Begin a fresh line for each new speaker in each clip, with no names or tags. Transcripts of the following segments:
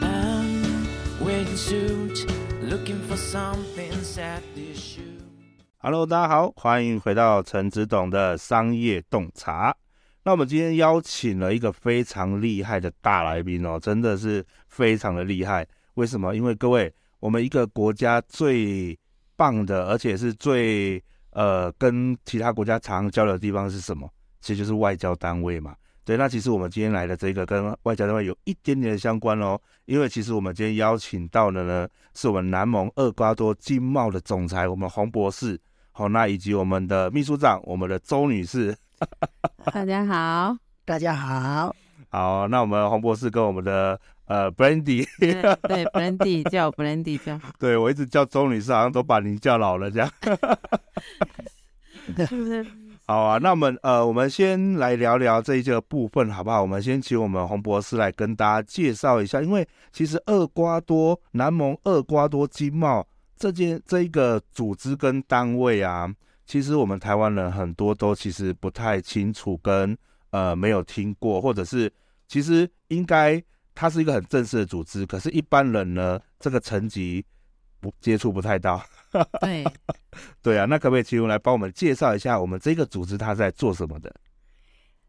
I'm waiting suit, looking for something sad this shoe.
Hello，大家好，欢迎回到陈子董的商业洞察。那我们今天邀请了一个非常厉害的大来宾哦，真的是非常的厉害。为什么？因为各位，我们一个国家最棒的，而且是最呃跟其他国家常交流的地方是什么？其实就是外交单位嘛。对，那其实我们今天来的这个跟外交单位有一点点的相关哦，因为其实我们今天邀请到的呢，是我们南盟厄瓜多经贸的总裁，我们洪博士。好，那以及我们的秘书长，我们的周女士。
大家好，
大家好，
好，那我们洪博士跟我们的呃 Brandy，
对对，Brandy 叫我 Brandy 叫好，
对我一直叫周女士，好像都把您叫老了这样。
是不是？
好啊，那我们呃，我们先来聊聊这一个部分好不好？我们先请我们洪博士来跟大家介绍一下，因为其实厄瓜多南盟厄瓜多经贸这件这一个组织跟单位啊，其实我们台湾人很多都其实不太清楚跟呃没有听过，或者是其实应该它是一个很正式的组织，可是一般人呢这个层级不接触不太到。
对，
对啊，那可不可以请我来帮我们介绍一下我们这个组织它在做什么的？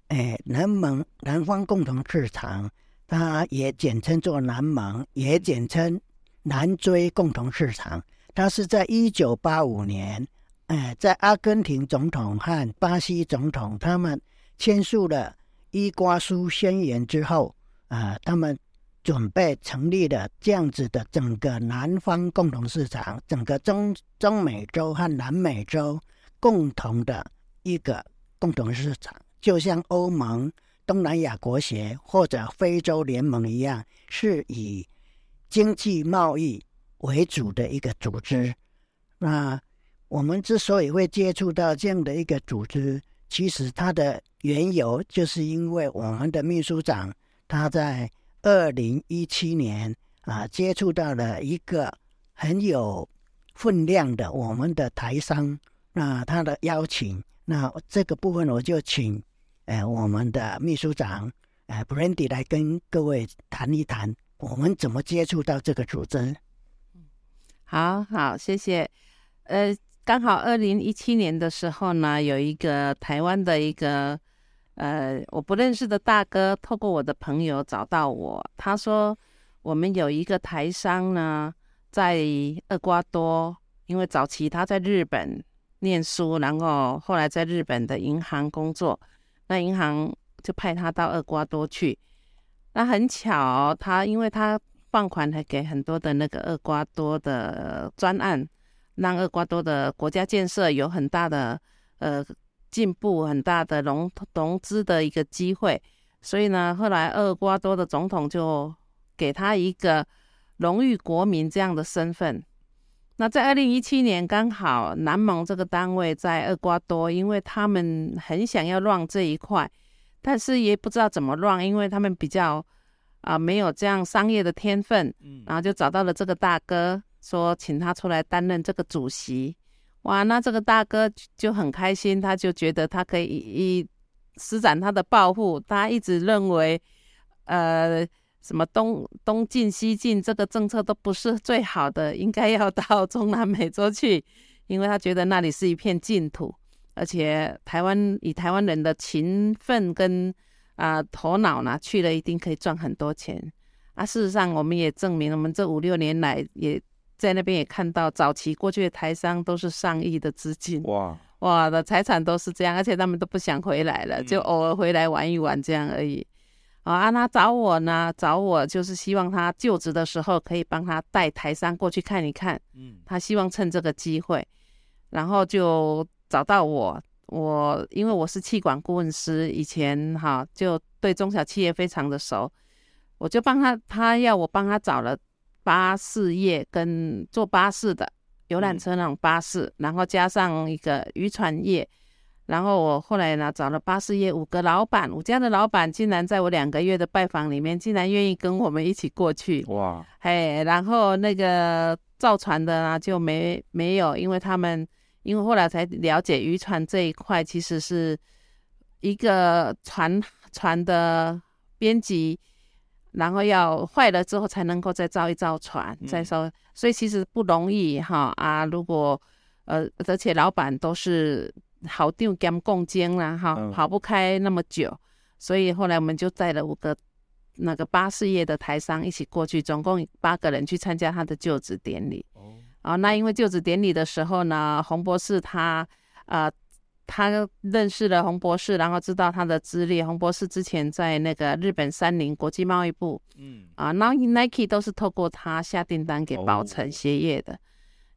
哎，南盟南方共同市场，它也简称做南盟，也简称南追共同市场。它是在一九八五年，哎，在阿根廷总统和巴西总统他们签署了《伊瓜苏宣言》之后，啊、他们准备成立了这样子的整个南方共同市场，整个中中美洲和南美洲共同的一个共同市场，啊就像欧盟、东南亚国协或者非洲联盟一样，是以经济贸易为主的一个组织。那我们之所以会接触到这样的一个组织，其实它的缘由就是因为我们的秘书长他在二零一七年啊接触到了一个很有分量的我们的台商，那他的邀请，那这个部分我就请哎、呃我们的秘书长哎、呃、Brandy 来跟各位谈一谈我们怎么接触到这个组织。
好好，谢谢。呃，刚好二零一七年的时候呢，有一个台湾的一个呃我不认识的大哥，透过我的朋友找到我，他说我们有一个台商呢，在厄瓜多，因为早期他在日本念书，然后后来在日本的银行工作，那银行就派他到厄瓜多去。那很巧，他因为他放款还给很多的那个厄瓜多的专案，让厄瓜多的国家建设有很大的呃进步，很大的融融资的一个机会。所以呢，后来厄瓜多的总统就给他一个荣誉国民这样的身份。那在二零一七年，刚好南盟这个单位在厄瓜多，因为他们很想要让这一块，但是也不知道怎么让，因为他们比较啊、没有这样商业的天分，然后就找到了这个大哥，说请他出来担任这个主席。哇，那这个大哥就就很开心，他就觉得他可以一一施展他的抱负，他一直认为，呃，什么东东进西进这个政策都不是最好的，应该要到中南美洲去，因为他觉得那里是一片净土，而且台湾以台湾人的勤奋跟啊、头脑呢，去了一定可以赚很多钱。啊，事实上我们也证明，我们这五六年来也在那边也看到，早期过去的台商都是上亿的资金，
哇，
哇的财产都是这样，而且他们都不想回来了，就
嗯
偶尔回来玩一玩这样而已。哦啊，他找我呢，找我就是希望他就职的时候可以帮他带台商过去看一看，
嗯
他希望趁这个机会，然后就找到我。我因为我是气管顾问师，以前哈就对中小企业非常的熟，我就帮他，他要我帮他找了巴士业跟坐巴士的游览车那种巴士，然后加上一个渔船业，然后我后来呢找了巴士业五个老板，五家的老板竟然在我两个月的拜访里面，竟然愿意跟我们一起过去，
哇，
嘿，然后那个造船的呢就没没有，因为他们因为后来才了解渔船这一块其实是一个船船的编辑，然后要坏了之后才能够再造一造船，再
嗯
造，所以其实不容易哈啊！如果呃，而且老板都是好定兼共精啦哈，
嗯
跑不开那么久，所以后来我们就带了五个那个巴士业的台商一起过去，总共八个人去参加他的就职典礼。
哦，
啊，那因为就职典礼的时候呢，洪博士他呃，他认识了洪博士，然后知道他的资历。洪博士之前在那个日本三菱国际贸易部
嗯
啊，那 Nike 都是透过他下订单给宝
哦
成鞋业的。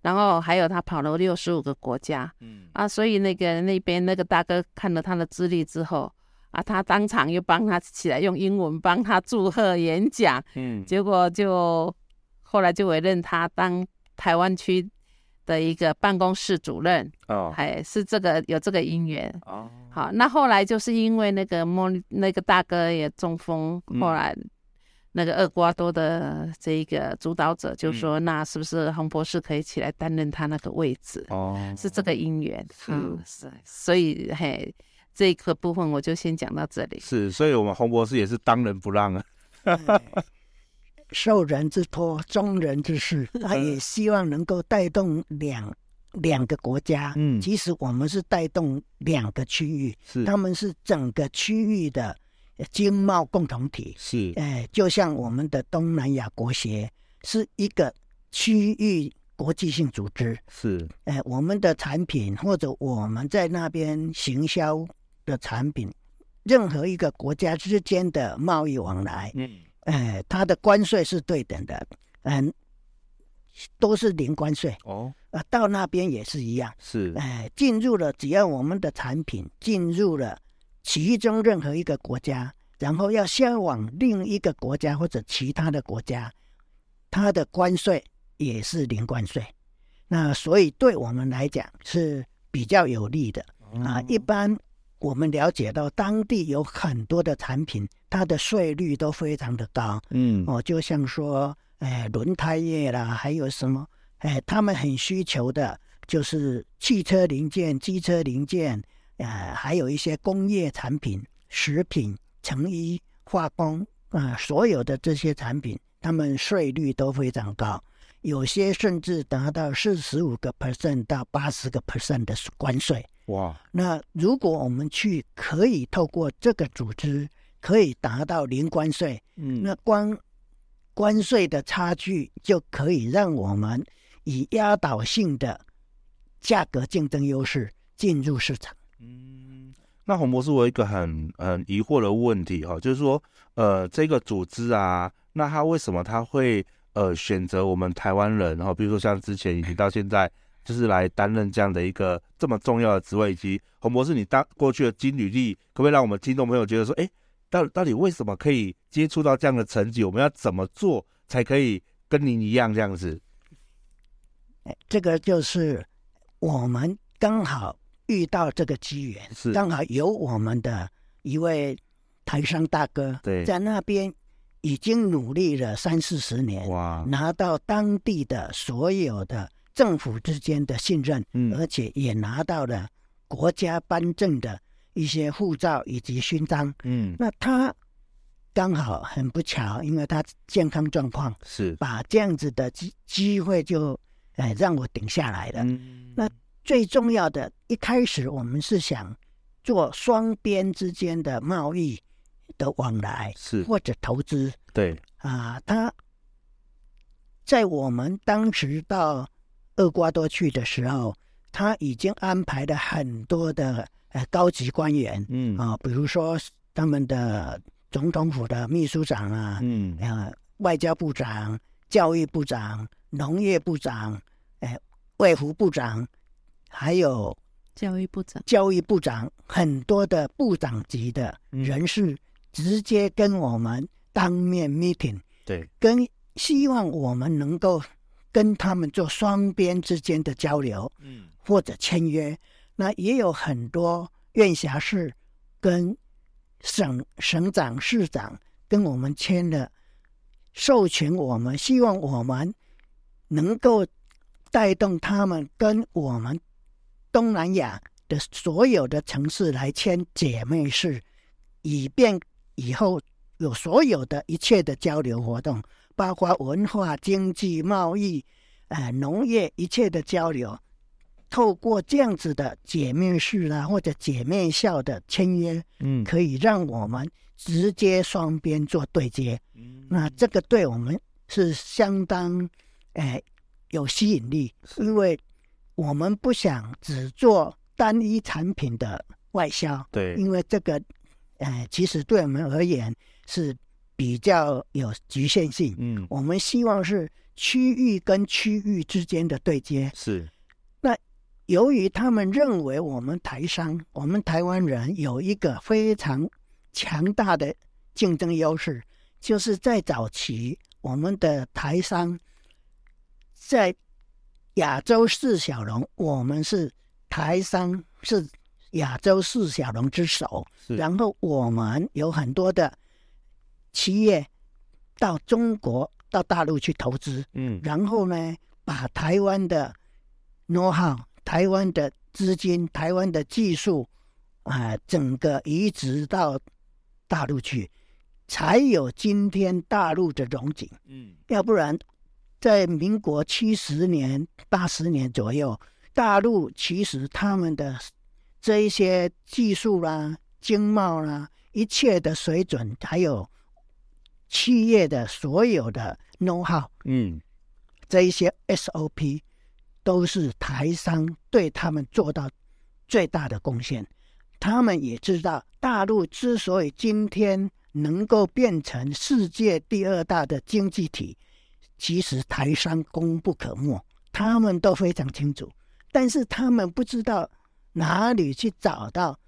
然后还有他跑了六十五个国家
嗯，
啊，所以那个那边那个大哥看了他的资历之后啊，他当场又帮他起来用英文帮他祝贺演讲，
嗯，
结果就后来就委任他当台湾区的一个办公室主任，
哦，
还是这个有这个姻缘。
哦，
好，那后来就是因为那个莫那个大哥也中风，
嗯
后来那个厄瓜多的这一个主导者
嗯
就说，那是不是洪博士可以起来担任他那个位置？
哦，
是这个姻缘，
是
嗯，是，所以嘿，这一个部分我就先讲到这里。
是，所以我们洪博士也是当仁不让啊。
呃受人之托，忠人之事，他也希望能够带动两两个国家。
嗯
其实我们是带动两个区域，
是
他们是整个区域的呃经贸共同体。
是，
哎，就像我们的东南亚国协是一个区域国际性组织，
是，
哎，我们的产品或者我们在那边行销的产品，任何一个国家之间的贸易往来，
嗯，
哎，它的关税是对等的，嗯，都是零关税
哦，
啊，到那边也是一样，
是，
哎，进入了只要我们的产品进入了其中任何一个国家，然后要销往另一个国家或者其他的国家，它的关税也是零关税，那所以对我们来讲是比较有利的。啊，一般我们了解到当地有很多的产品，它的税率都非常的高
嗯，
哦，就像说，哎、轮胎业啦，还有什么，哎、他们很需求的就是汽车零件、机车零件，呃，还有一些工业产品、食品、成衣、化工啊、所有的这些产品，他们税率都非常高。有些甚至达到四十五个 percent 到八十个 percent 的关税，
哇，
那如果我们去可以透过这个组织，可以达到零关税，
嗯，
那关关税的差距就可以让我们以压倒性的价格竞争优势进入市场。
嗯，那洪博士，我有一个很很疑惑的问题哈、就是说，呃，这个组织啊，那他为什么他会呃选择我们台湾人？哦哈、比如说像之前以及到现在，就是来担任这样的一个这么重要的职位，以及洪博士你当过去的经履历，可不可以让我们听众朋友觉得说，哎，到到底为什么可以接触到这样的成绩？我们要怎么做才可以跟您一样这样子？
哎，这个就是我们刚好遇到这个机缘，
是
刚好有我们的一位台商大哥
对
在那边已经努力了三四十年，
哇，
拿到当地的所有的政府之间的信任，
嗯
而且也拿到了国家颁证的一些护照以及勋章。
嗯，
那他刚好很不巧，因为他健康状况，
是，
把这样子的机机会就哎让我顶下来了。
嗯
那最重要的，一开始我们是想做双边之间的贸易的往来
是，
或者投资，
对，
啊，他在我们当时到厄瓜多去的时候，他已经安排了很多的呃高级官员
嗯，
啊，比如说他们的总统府的秘书长啊，
嗯，
呃，外交部长、教育部长、农业部长、哎、卫福部长，还有
教育部长，
教育部长，很多的部长级的
嗯
人士，直接跟我们当面 meeting，
对，
跟希望我们能够跟他们做双边之间的交流
嗯
或者签约。那也有很多院辖市跟省省长、市长跟我们签了，授权我们，希望我们能够带动他们跟我们东南亚的所有的城市来签姐妹市，以便以后有所有的一切的交流活动，包括文化、经济、贸易、呃农业一切的交流，透过这样子的姐妹市啊或者姐妹校的签约，
嗯，
可以让我们直接双边做对接。
嗯
那这个对我们是相当，呃，有吸引力，因为我们不想只做单一产品的外销，
对，
因为这个，呃，其实对我们而言是比较有局限性。
嗯，
我们希望是区域跟区域之间的对接，
是，
由于他们认为我们台商，我们台湾人有一个非常强大的竞争优势，就是在早期我们的台商在亚洲四小龙，我们是台商是亚洲四小龙之首，
是
然后我们有很多的企业到中国、到大陆去投资，
嗯，
然后呢，把台湾的 know how、台湾的资金、台湾的技术啊、整个移植到大陆去，才有今天大陆的荣景。
嗯，
要不然，在民国七十年、八十年左右，大陆其实他们的这一些技术啦、经贸啦、一切的水准，还有企业的所有的 know how。
嗯，
这一些 SOP 都是台商对他们做到最大的贡献。他们也知道，大陆之所以今天能够变成世界第二大的经济体，其实台商功不可没，他们都非常清楚。但是他们不知道哪里去找到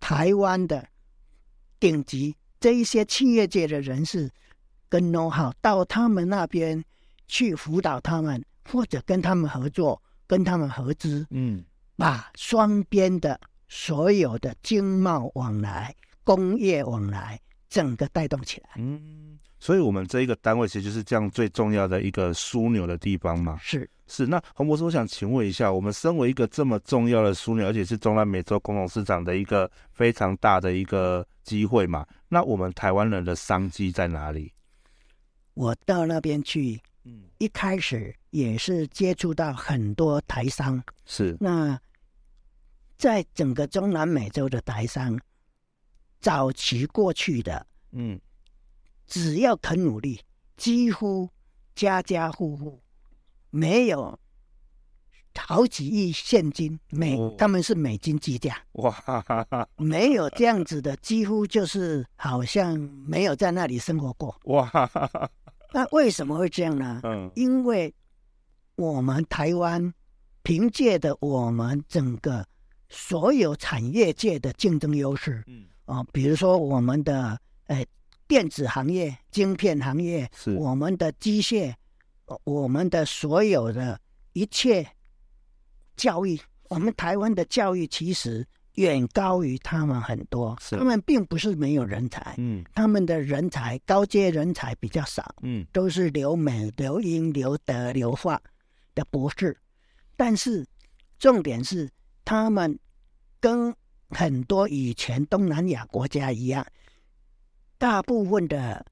台湾的顶级这一些企业界的人士跟 know how 到他们那边去辅导他们，或者跟他们合作，跟他们合资，
嗯，
把双边的所有的经贸往来、工业往来整个带动起来。
嗯，所以我们这一个单位其实就是这样最重要的一个枢纽的地方嘛。
是
是，那洪博士，我想请问一下，我们身为一个这么重要的枢纽，而且是中南美洲共同市场的一个非常大的一个机会嘛，那我们台湾人的商机在哪里？
我到那边去，
嗯，
一开始也是接触到很多台商，
是，
那在整个中南美洲的台商，早期过去的
嗯，
只要肯努力，几乎家家户户没有好几亿现金，美、
哦
他们是美金计价，
哇，哈哈哈，
没有这样子的，几乎就是好像没有在那里生活过。
哇，哈哈哈，
那为什么会这样呢？
嗯，
因为我们台湾凭借的我们整个所有产业界的竞争优势，
嗯，
啊、比如说我们的呃电子行业、晶片行业，
是
我们的机械，呃我们的所有的一切教育，我们台湾的教育其实远高于他们很多，
是
他们并不是没有人才，
嗯，
他们的人才高阶人才比较少，
嗯，
都是留美、留英、留德、留法的博士，但是重点是他们跟很多以前东南亚国家一样，大部分的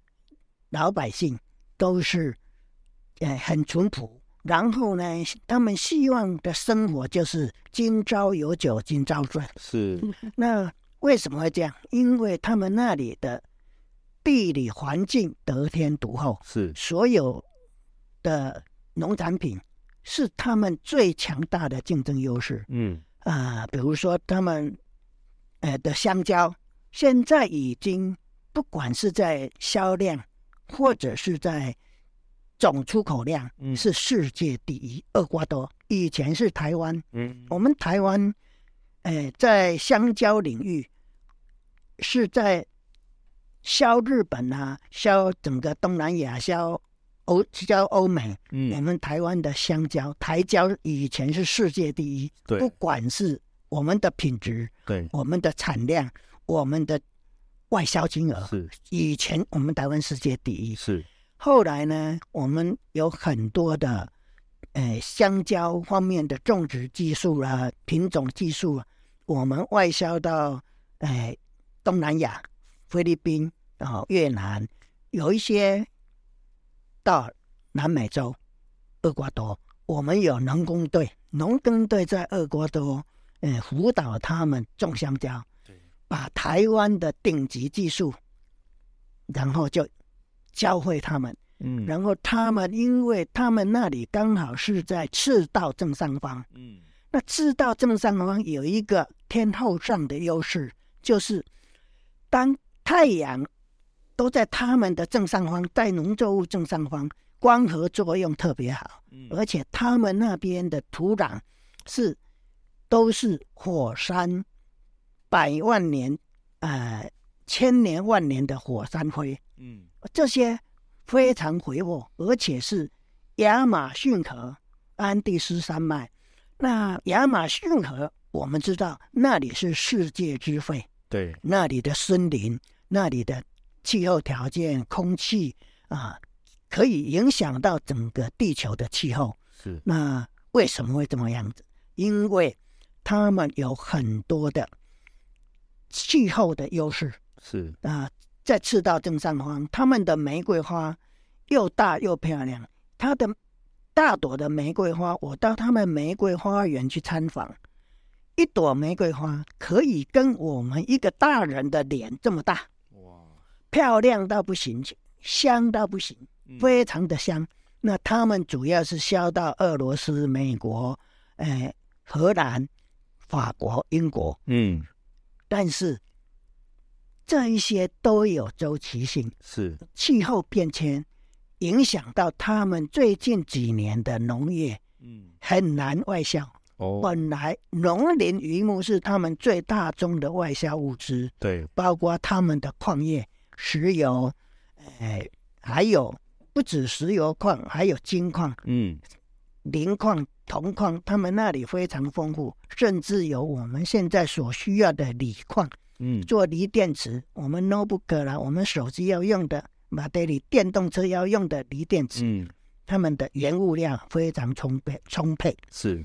老百姓都是呃很淳朴，然后呢，他们希望的生活就是今朝有酒今朝醉。
是，
那为什么会这样？因为他们那里的地理环境得天独厚，
是，
所有的农产品是他们最强大的竞争优势
嗯，
啊、比如说他们呃的香蕉，现在已经不管是在销量或者是在总出口量，
嗯
是世界第一。厄瓜多以前是台湾，
嗯
我们台湾，呃，在香蕉领域是在销日本啊，销整个东南亚，销欧销欧美。我
嗯，
们台湾的香蕉，台蕉以前是世界第一，
对
不管是我们的品质、
对，
我们的产量、我们的外销金额，
是
以前我们台湾世界第一。
是，
后来呢，我们有很多的，呃，香蕉方面的种植技术啦、品种技术、啊，我们外销到，呃，东南亚、菲律宾啊、越南，有一些到南美洲、厄瓜多，我们有农工队，农耕队在厄瓜多，呃，辅导他们种香蕉，把台湾的顶级技术，然后就教会他们。
嗯
然后他们因为他们那里刚好是在赤道正上方，
嗯
那赤道正上方有一个天后上的优势，就是当太阳都在他们的正上方，在农作物正上方，光合作用特别好，而且他们那边的土壤是都是火山百万年呃千年万年的火山灰，
嗯
这些非常肥沃，而且是亚马逊河、安第斯山脉。那亚马逊河，我们知道那里是世界之肺，
对，
那里的森林、那里的气候条件、空气啊，可以影响到整个地球的气候。
是
那为什么会这么样子？因为他们有很多的气候的优势。
是，
啊、在赤道正上方，他们的玫瑰花又大又漂亮。它的大朵的玫瑰花，我到他们玫瑰花园去参访，一朵玫瑰花可以跟我们一个大人的脸这么大，
哇，
漂亮到不行，香到不行，
嗯
非常的香。那他们主要是销到俄罗斯、美国、呃、荷兰、法国、英国，
嗯
但是这一些都有周期性。
是，
气候变迁影响到他们最近几年的农业
嗯
很难外销。
哦，
本来农林渔牧是他们最大宗的外销物资，
对，
包括他们的矿业、石油，哎，还有不止石油矿，还有金矿、
嗯
磷矿、铜矿，他们那里非常丰富，甚至有我们现在所需要的锂矿。
嗯
做锂电池，我们 notebook 啦，我们手机要用的，马德里电动车要用的锂电池，
嗯
他们的原物料非常充沛充沛。
是，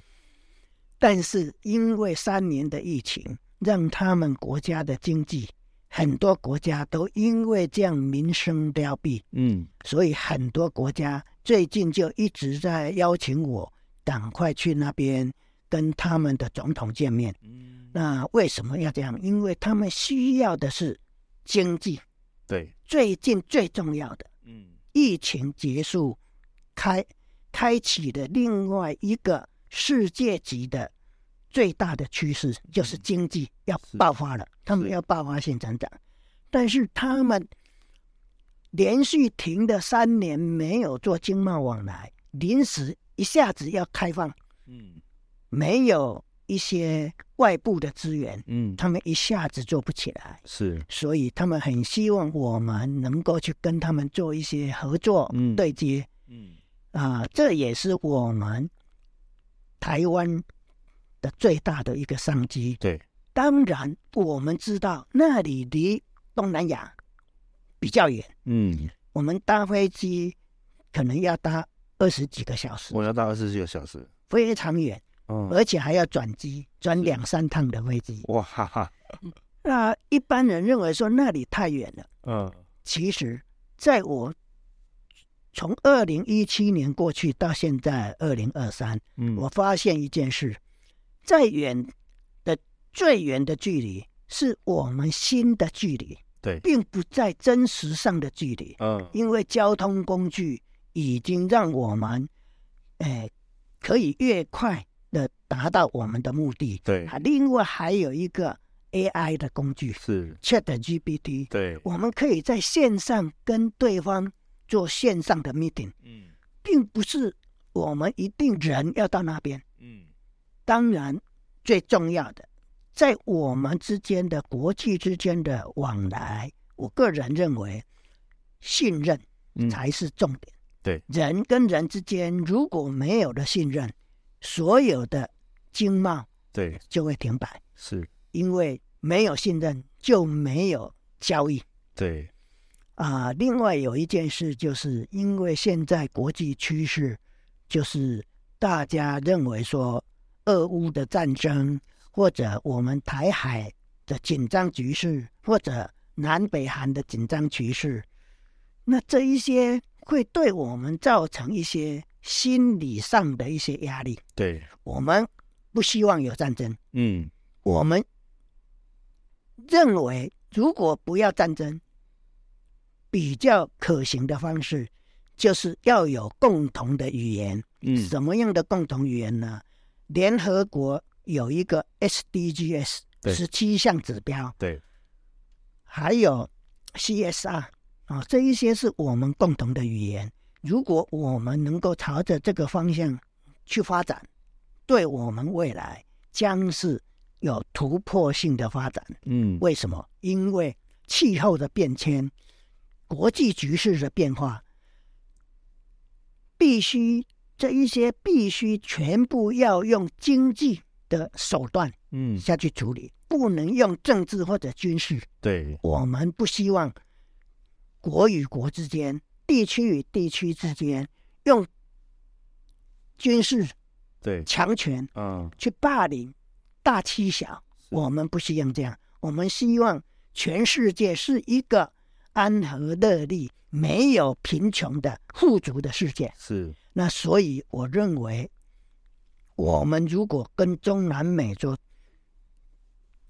但是因为三年的疫情，让他们国家的经济，很多国家都因为这样民生凋敝，
嗯
所以很多国家最近就一直在邀请我赶快去那边跟他们的总统见面。
嗯
那为什么要这样？因为他们需要的是经济。
对，
最近最重要的
嗯
疫情结束，开开启了另外一个世界级的最大的趋势，就是经济要
是
爆发了，他们
是
要爆发性成长。但是他们连续停了三年没有做经贸往来，临时一下子要开放，
嗯
没有一些外部的资源，
嗯
他们一下子做不起来。
是，
所以他们很希望我们能够去跟他们做一些合作、
嗯
对接
嗯
啊、这也是我们台湾的最大的一个商机。
对，
当然，我们知道那里离东南亚比较远，
嗯，
我们搭飞机可能要搭二十几个小时，
我要到二十四个小时，
非常远，
嗯，
而且还要转机，转两三趟的飞机。
哇哈哈，
那一般人认为说那里太远了。
嗯
其实在我从二零一七年过去到现在二零二三，
嗯，
我发现一件事：再远的最远的距离是我们心的距离，
对，
并不在真实上的距离，
嗯
因为交通工具已经让我们，哎、可以越快的达到我们的目的。
对
啊另外还有一个 AI 的工具
是
ChatGPT，
对，
我们可以在线上跟对方做线上的 meeting，
嗯
并不是我们一定人要到那边。
嗯
当然，最重要的，在我们之间的国际之间的往来，我个人认为，信任
嗯
才是重点。
对，
人跟人之间如果没有了信任，所有的经贸
对，
就会停摆，
是，
因为没有信任就没有交易。
对，
啊，另外有一件事，就是因为现在国际趋势，就是大家认为说，俄乌的战争，或者我们台海的紧张局势，或者南北韩的紧张局势，那这一些会对我们造成一些心理上的一些压力。
对，
我们不希望有战争，
嗯
我们认为，如果不要战争，比较可行的方式就是要有共同的语言。
嗯，
什么样的共同语言呢？联合国有一个 SDGs
对
十七项指标，
对，
还有 CSR 啊，这一些是我们共同的语言。如果我们能够朝着这个方向去发展，对我们未来将是有突破性的发展。
嗯
为什么？因为气候的变迁、国际局势的变化，必须这一些必须全部要用经济的手段
嗯，
下去处理，不能用政治或者军事。
对，
我们不希望国与国之间、地区与地区之间用军事
对，
强权
嗯，
去霸凌大欺小，
是
我们不希望这样，我们希望全世界是一个安和乐利、没有贫穷的富足的世界。
是，
那所以我认为，我们如果跟中南美洲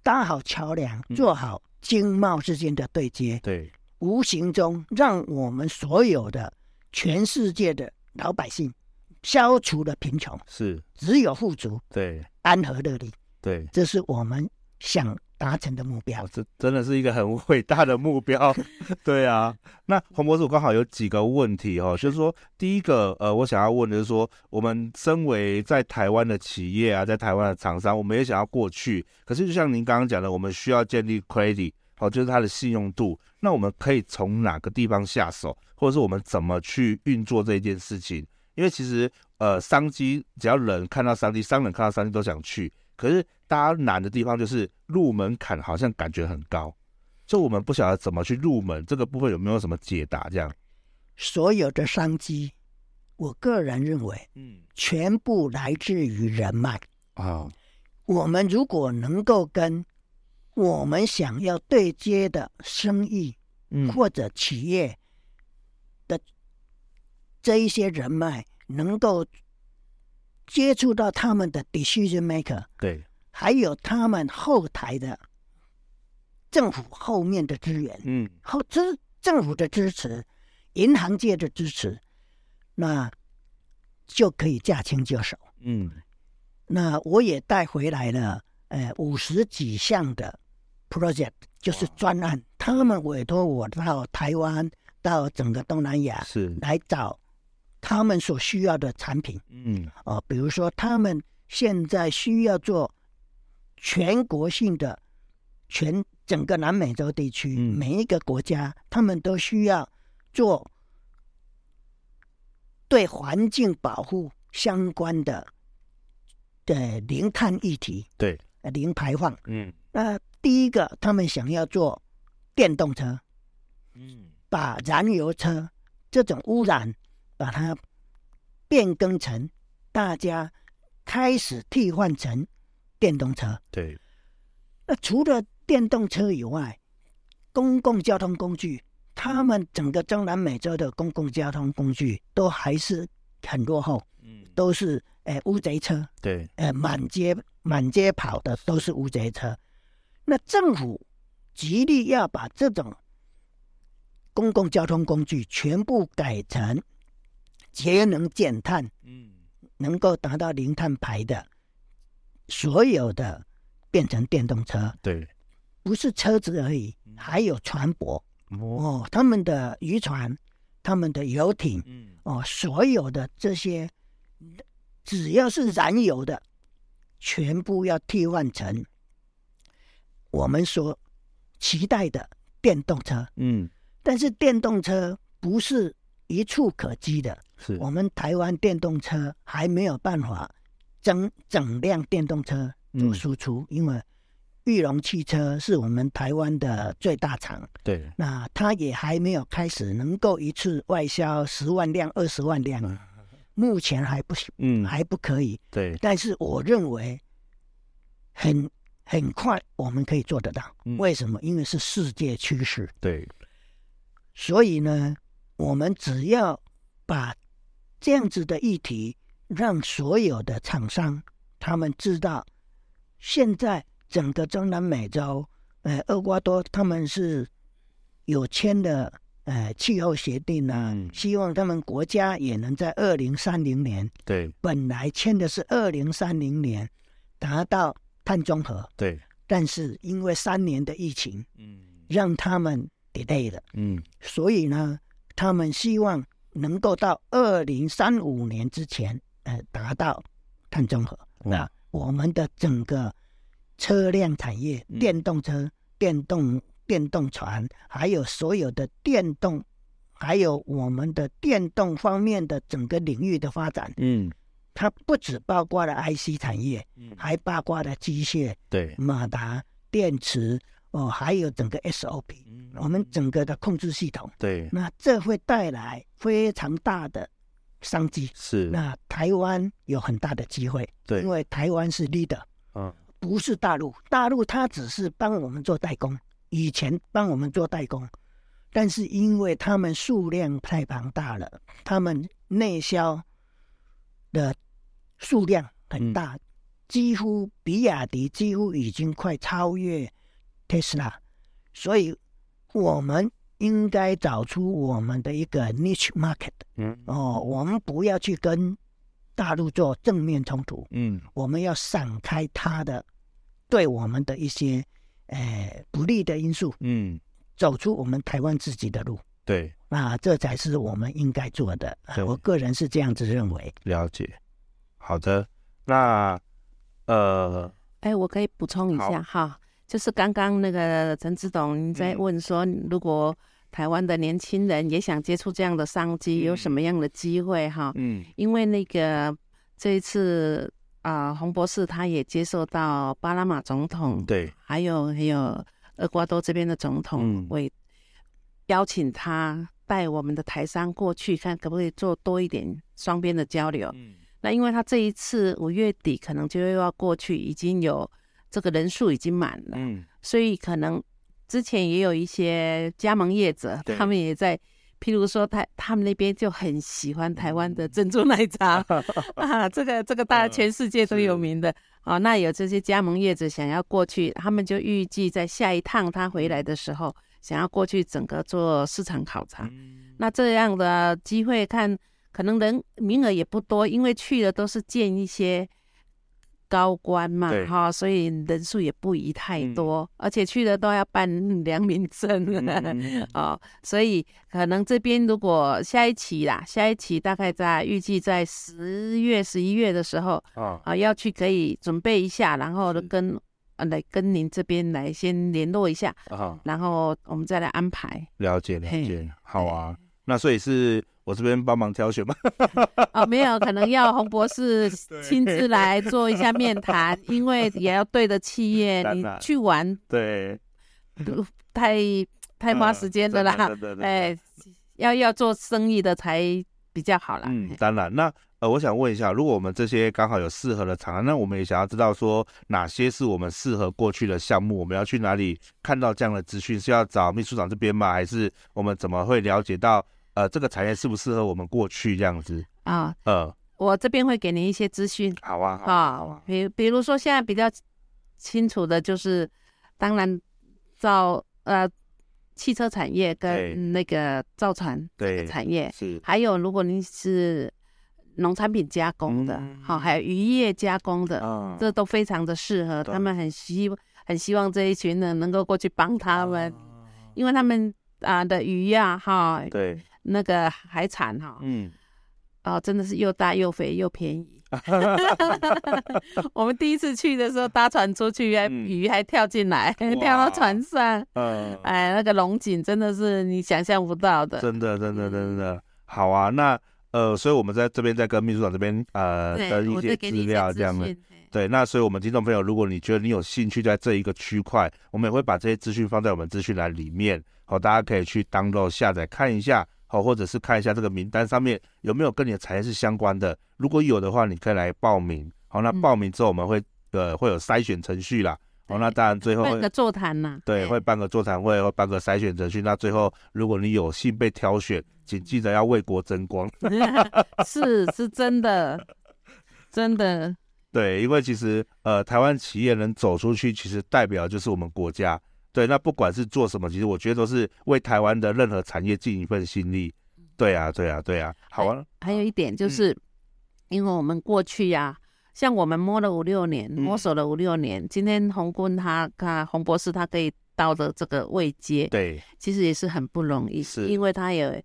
搭好桥梁，
嗯
做好经贸之间的对接，
对，
无形中让我们所有的全世界的老百姓消除了贫穷，
是，
只有富足、
对，
安和乐利。
对，
这是我们想达成的目标
哦，。这真的是一个很 伟大的目标，对啊。那黄博士，我刚好有几个问题哦，就是说，第一个，呃，我想要问的是说，我们身为在台湾的企业啊，在台湾的厂商，我们也想要过去，可是就像您刚刚讲的，我们需要建立 credit，哦，就是它的信用度。那我们可以从哪个地方下手，或者是我们怎么去运作这件事情？因为其实，呃，商机只要人看到商机，商人看到商机都想去，可是大家难的地方就是入门槛好像感觉很高，就我们不晓得怎么去入门这个部分有没有什么解答？这样，
所有的商机，我个人认为
嗯，
全部来自于人脉。
啊，
我们如果能够跟我们想要对接的生意
嗯
或者企业的这一些人脉，能够接触到他们的 decision maker，
对，
还有他们后台的政府后面的资源，
嗯，
后支政府的支持，银行界的支持，那就可以驾轻就熟。
嗯，
那我也带回来了，呃，五十几项的 project，就是专案，他们委托我到台湾，到整个东南亚
是，
来找他们所需要的产品
嗯，
哦、比如说他们现在需要做全国性的全整个南美洲地区、
嗯
每一个国家，他们都需要做对环境保护相关的的零碳议题、
对，
呃零排放。
嗯，
那第一个，他们想要做电动车，
嗯，
把燃油车这种污染，把它变更成大家开始替换成电动车。
对，
那除了电动车以外，公共交通工具，他们整个中南美洲的公共交通工具都还是很落后，
嗯，
都是呃乌贼车，
对，
呃满街满街跑的都是乌贼车。那政府极力要把这种公共交通工具全部改成节能减碳，
嗯，
能够达到零碳排的所有的变成电动车。
对，
不是车子而已，还有船舶
哦，
哦，他们的渔船、他们的游艇
嗯，
哦，所有的这些，只要是燃油的，全部要替换成我们所期待的电动车。
嗯，
但是电动车不是一触可及的，
是，
我们台湾电动车还没有办法整整辆电动车做输出，因为裕隆汽车是我们台湾的最大厂，
对，
那它也还没有开始能够一次外销十万辆、二十万辆，目前还不行，
嗯，
还不可以。
对，
但是我认为很很快我们可以做得到，
嗯
为什么？因为是世界趋势。
对，
所以呢，我们只要把这样子的议题，让所有的厂商他们知道，现在整个中南美洲，呃，厄瓜多他们是有签的呃气候协定啊，
嗯
希望他们国家也能在二零三零年，
对，
本来签的是二零三零年达到碳中和，
对，
但是因为三年的疫情，
嗯，
让他们 delay 了。
嗯，
所以呢，他们希望能够到二零三五年之前，呃，达到碳中和。
嗯
那我们的整个车辆产业，
嗯
电动车、电动电动船，还有所有的电动，还有我们的电动方面的整个领域的发展，
嗯，
它不只包括了 IC 产业，
嗯
还包括了机械、
对，
马达、电池，哦，还有整个 SOP，
嗯
我们整个的控制系统。
对，
那这会带来非常大的商机。
是，
那台湾有很大的机会，
对
因，为台湾是 leader，
嗯，
不是大陆。大陆它只是帮我们做代工，以前帮我们做代工，但是因为他们数量太庞大了，他们内销的数量很大，几乎比亚迪几乎已经快超越 Tesla，所以我们应该找出我们的一个 niche market
嗯，
哦，我们不要去跟大陆做正面冲突，
嗯，
我们要散开它的对我们的一些呃不利的因素，
嗯，
走出我们台湾自己的路。
对，
那这才是我们应该做的，啊
对
我个人是这样子认为。
了解。好的，那呃，
哎，我可以补充一下哈，就是刚刚那个陈志董您在
嗯
问说，如果台湾的年轻人也想接触这样的商机，有
嗯
什么样的机会哈？
嗯，
因为那个这一次啊、洪博士他也接受到巴拿马总统，
对，
还有还有厄瓜多这边的总
嗯
统为、邀请他带我们的台商过去，看可不可以做多一点双边的交流。
嗯，
那因为他这一次五月底可能就又要过去，已经有这个人数已经满了，
嗯，
所以可能之前也有一些加盟业者
对，
他们也在，譬如说他他们那边就很喜欢台湾的珍珠奶茶 啊，这个这个大家
嗯
全世界都有
是
名的啊。那有这些加盟业者想要过去，他们就预计在下一趟他回来的时候，想要过去整个做市场考察。那这样的啊机会看，可能人名额也不多，因为去的都是见一些高官嘛
对，
哈，所以人数也不宜太多，而且去的都要办良民证、
嗯
哦，所以可能这边如果下一期啦，下一期大概在预计在十月、十一月的时候
啊，
啊，要去可以准备一下，然后跟呃来跟您这边来先联络一下，
啊，
然后我们再来安排。
了解，了
嘿
解，好啊。那所以是我这边帮忙挑选吗？
哦，没有，可能要洪博士亲自来做一下面谈，因为也要对着企 业，
当
你
然
去玩
对，
太太花
嗯
时间的啦，
真的真的
哎，要要做生意的才比较好啦。
嗯
嘿，
当然，那呃，我想问一下，如果我们这些刚好有适合的厂商，那我们也想要知道说哪些是我们适合过去的项目，我们要去哪里看到这样的资讯？是要找秘书长这边吗？还是我们怎么会了解到呃这个产业适不适合我们过去这样子？
啊，
呃，
我这边会给您一些资讯
好啊，好啊，好
啊
啊，
比比如说现在比较清楚的就是，当然造呃汽车产业
对
跟那个造船
对，
产业，
是，
还有，如果您是农产品加工的
嗯，
好、还有渔业加工的，
嗯，
这都非常的适合。
对
他们很希很希望这一群人能够过去帮他
哦
们，因为他们啊、的鱼呀、哈，
对，
那个海产哈，
嗯，
哦，真的是又大又肥又 便宜。我们第一次去的时候搭船出去，还
嗯
鱼还跳进来， 跳到船上，
呃，
哎，那个龙井真的是你想象不到的。
真的，真的，真的，好啊。那呃，所以我们在这边再跟秘书长这边呃的一
我
些
再
资
给你一些
料
资
这样的。
讯嘿
对，那所以我们听众朋友，如果你觉得你有兴趣在这一个区块，我们也会把这些资讯放在我们资讯栏里面，好、大家可以去 download 下载看一下，好、或者是看一下这个名单上面有没有跟你的产业是相关的，如果有的话，你可以来报名。好、那
嗯
报名之后我们会呃会有筛选程序啦，好、那
对
当然最后
办
会
个座谈呐，
对，
哎
会办个座谈会，会办个筛选程序。那最后，如果你有幸被挑选，请记得要为国争光。
是是真的，真的，
对，因为其实呃，台湾企业能走出去，其实代表就是我们国家。对，那不管是做什么，其实我觉得都是为台湾的任何产业尽一份心力。对啊，对啊，对啊，好啊，
还有一点就是，
嗯
因为我们过去呀、像我们摸了五六年，
嗯
摸索了五六年，今天洪坤他他洪博士他可以到的这个位阶，
对，
其实也是很不容易，
是
因为他也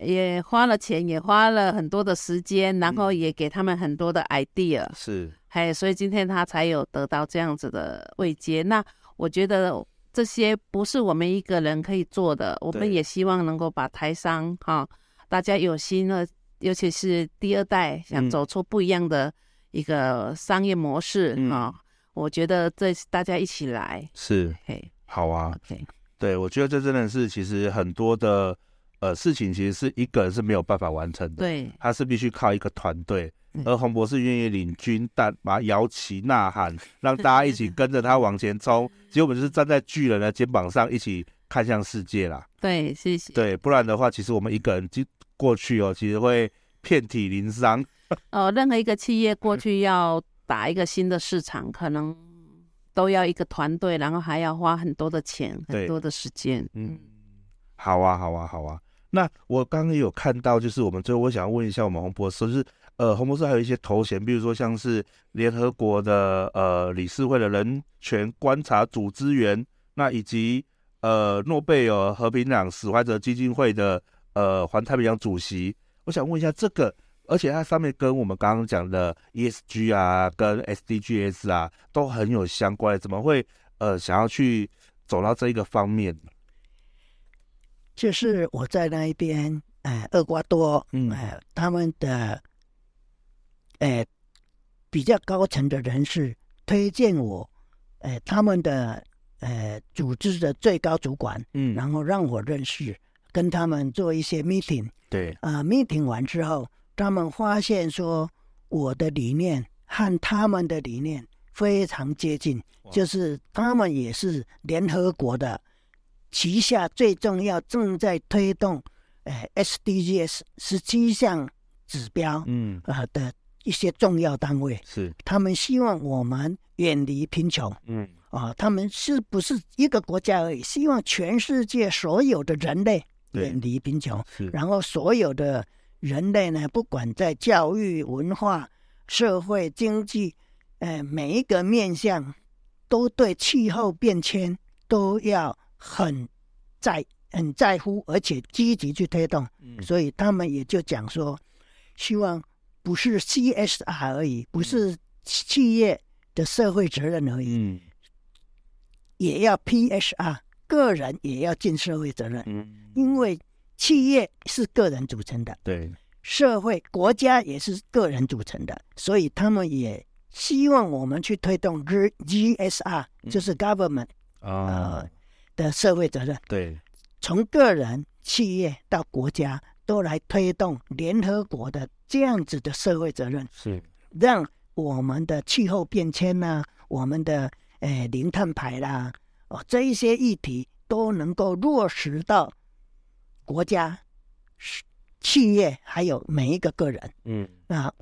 也花了钱，也花了很多的时间，然后也给他们很多的 idea，
是，
嘿，所以今天他才有得到这样子的位阶。那我觉得这些不是我们一个人可以做的，我
对
们也希望能够把台商哈、大家有心了，尤其是第二代
嗯
想走出不一样的一个商业模式啊、
嗯
我觉得这是大家一起来，
是，
嘿
好啊，
，OK，
对，我觉得这真的是，其实很多的呃事情，其实是一个人是没有办法完成的。
对，
他是必须靠一个团队
嗯。
而洪博士愿意领军，但把摇旗呐喊，让大家一起跟着他往前冲。结果我们就是站在巨人的肩膀上，一起看向世界啦。
对，谢谢。
对，不然的话，其实我们一个人就过去哦，其实会遍体鳞伤。
呃，任何一个企业
嗯
过去要打一个新的市场，可能都要一个团队，然后还要花很多的钱，
对
很多的时间。
嗯，好啊，好啊，好啊。那我刚刚也有看到，就是我们最后我想要问一下我们洪博士，就是呃，洪博士还有一些头衔，比如说像是联合国的呃理事会的人权观察组织员，那以及呃诺贝尔和平奖史怀哲基金会的呃环太平洋主席。我想问一下这个，而且它上面跟我们刚刚讲的 ESG 啊，跟 SDGs 啊都很有相关，怎么会呃想要去走到这一个方面？
就是我在那一边，呃，厄瓜多，
嗯
呃，他们的，呃，比较高层的人士推荐我，呃，他们的呃组织的最高主管，
嗯
然后让我认识，跟他们做一些 meeting，
对，
啊、m e e t i n g 完之后，他们发现说我的理念和他们的理念非常接近，就是他们也是联合国的旗下最重要正在推动，呃，SDGs 十七项指标，
嗯，
呃的一些重要单位，
是，
他们希望我们远离贫穷。
嗯，
啊、他们是不是一个国家而已？希望全世界所有的人类
对
远离贫穷，
是，
然后所有的人类呢，不管在教育、文化、社会、经济，呃，每一个面向，都对气候变迁都要很在很在乎，而且积极去推动。
嗯
所以他们也就讲说，希望不是 CSR 而已，不是企业的社会责任而已，
嗯
也要 PSR，个人也要尽社会责任，
嗯，
因为企业是个人组成的，
对，
社会国家也是个人组成的，所以他们也希望我们去推动 G GSR，就是 government
啊
呃，的社会责任，
对，
从个人、企业到国家都来推动联合国的这样子的社会责任，
是，
让我们的气候变迁呐、我们的呃零碳排啦，哦这一些议题都能够落实到国家、是企业还有每一个个人
嗯，
啊。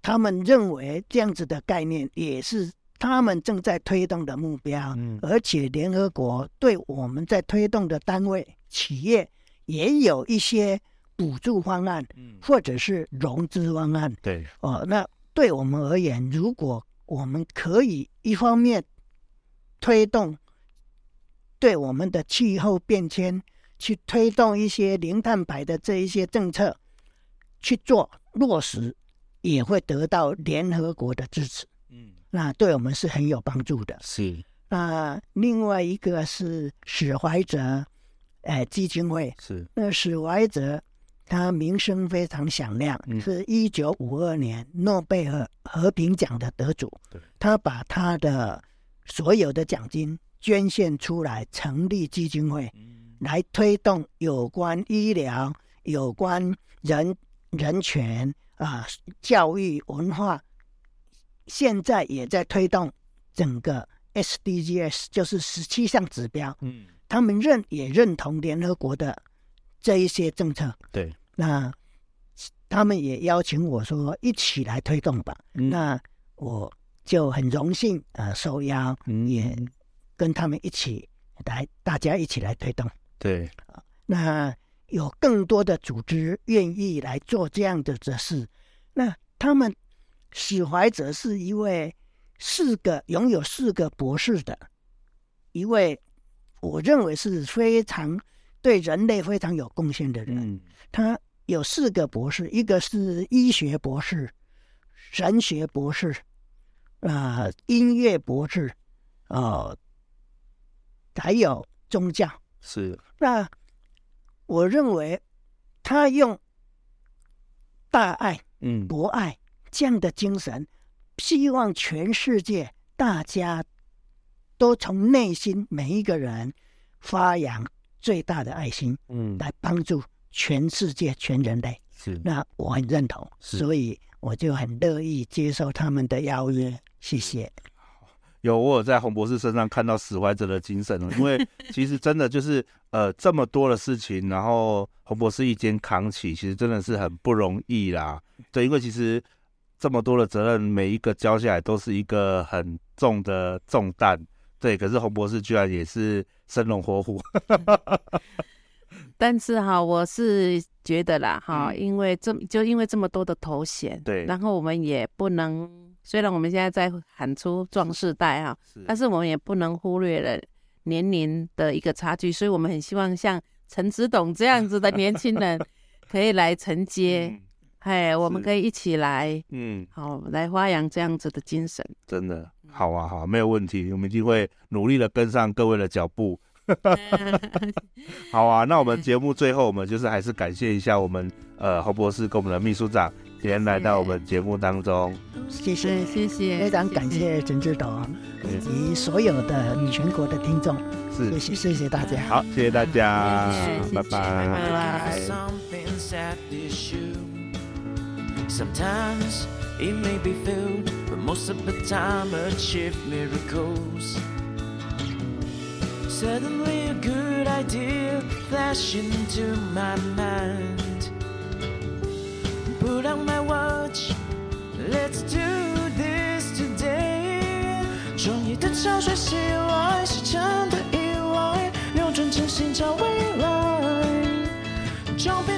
他们认为这样子的概念也是他们正在推动的目标，
嗯
而且联合国对我们在推动的单位、企业也有一些补助方案，
嗯
或者是融资方案，
对，
哦，那对我们而言，如果我们可以一方面推动对我们的气候变迁，去推动一些零碳排的这一些政策去做落实，也会得到联合国的支持。
嗯，
那对我们是很有帮助的。
是
那另外一个是史怀哲，哎，基金会。
是，
那史怀哲他名声非常响亮，
嗯
是一九五二年诺贝尔和平奖的得主
对。
他把他的所有的奖金捐献出来，成立基金会，
嗯
来推动有关医疗、有关人人权啊、教育、文化，现在也在推动整个 SDGs，就是十七项指标。
嗯，
他们认也认同联合国的这一些政策，
对，
那他们也邀请我说一起来推动吧。
嗯
那我就很荣幸呃受邀，
嗯
也跟他们一起来，大家一起来推动。
对，
那有更多的组织愿意来做这样的的事。那他们史怀哲是一位四个拥有四个博士的一位，我认为是非常对人类非常有贡献的人。
嗯
他有四个博士，一个是医学博士、神学博士、啊、音乐博士，哦、还有宗教。
是，
那我认为他用大爱、
嗯
博爱这样的精神，希望全世界大家都从内心每一个人发扬最大的爱心，
嗯
来帮助全世界、全人类。
是，
那我很认同，
是
所以我就很乐意接受他们的邀约。谢谢。
有，我有在洪博士身上看到使怀者的精神哦，因为其实真的就是呃这么多的事情，然后洪博士一肩扛起，其实真的是很不容易啦。对，因为其实这么多的责任，每一个交下来都是一个很重的重担。对，可是洪博士居然也是生龙活虎。
但是哈，我是觉得啦哈，
嗯
因为这就因为这么多的头衔，
对
然后我们也不能，虽然我们现在在喊出壮士代哈，但 是我们也不能忽略了年龄的一个差距，所以我们很希望像陈子董这样子的年轻人 可以来承接，
嗯
哎，我们
是
可以一起来，
嗯，
好来发扬这样子的精神。
真的
嗯
好啊，好，没有问题，我们一定会努力的跟上各位的脚 步。好啊，那我们节目最后，我们就是还是感谢一下我们呃侯博士跟我们的秘书长今天来到我们节目当中。
谢
对，
谢，
谢谢，
非常感谢陈志董以及所有的全国的听众，谢
是，
谢谢谢大家。
好，谢谢大家
谢，谢
拜
拜
Looking for
拜
拜。
something inside this shoe. Sometimes it may be filled, but most of the time achieve miracles. Suddenly a good idea flashed into my mind. Put on my watch, let's do this today。创业的潮水袭来，是真的意外，扭转真心找未来。装备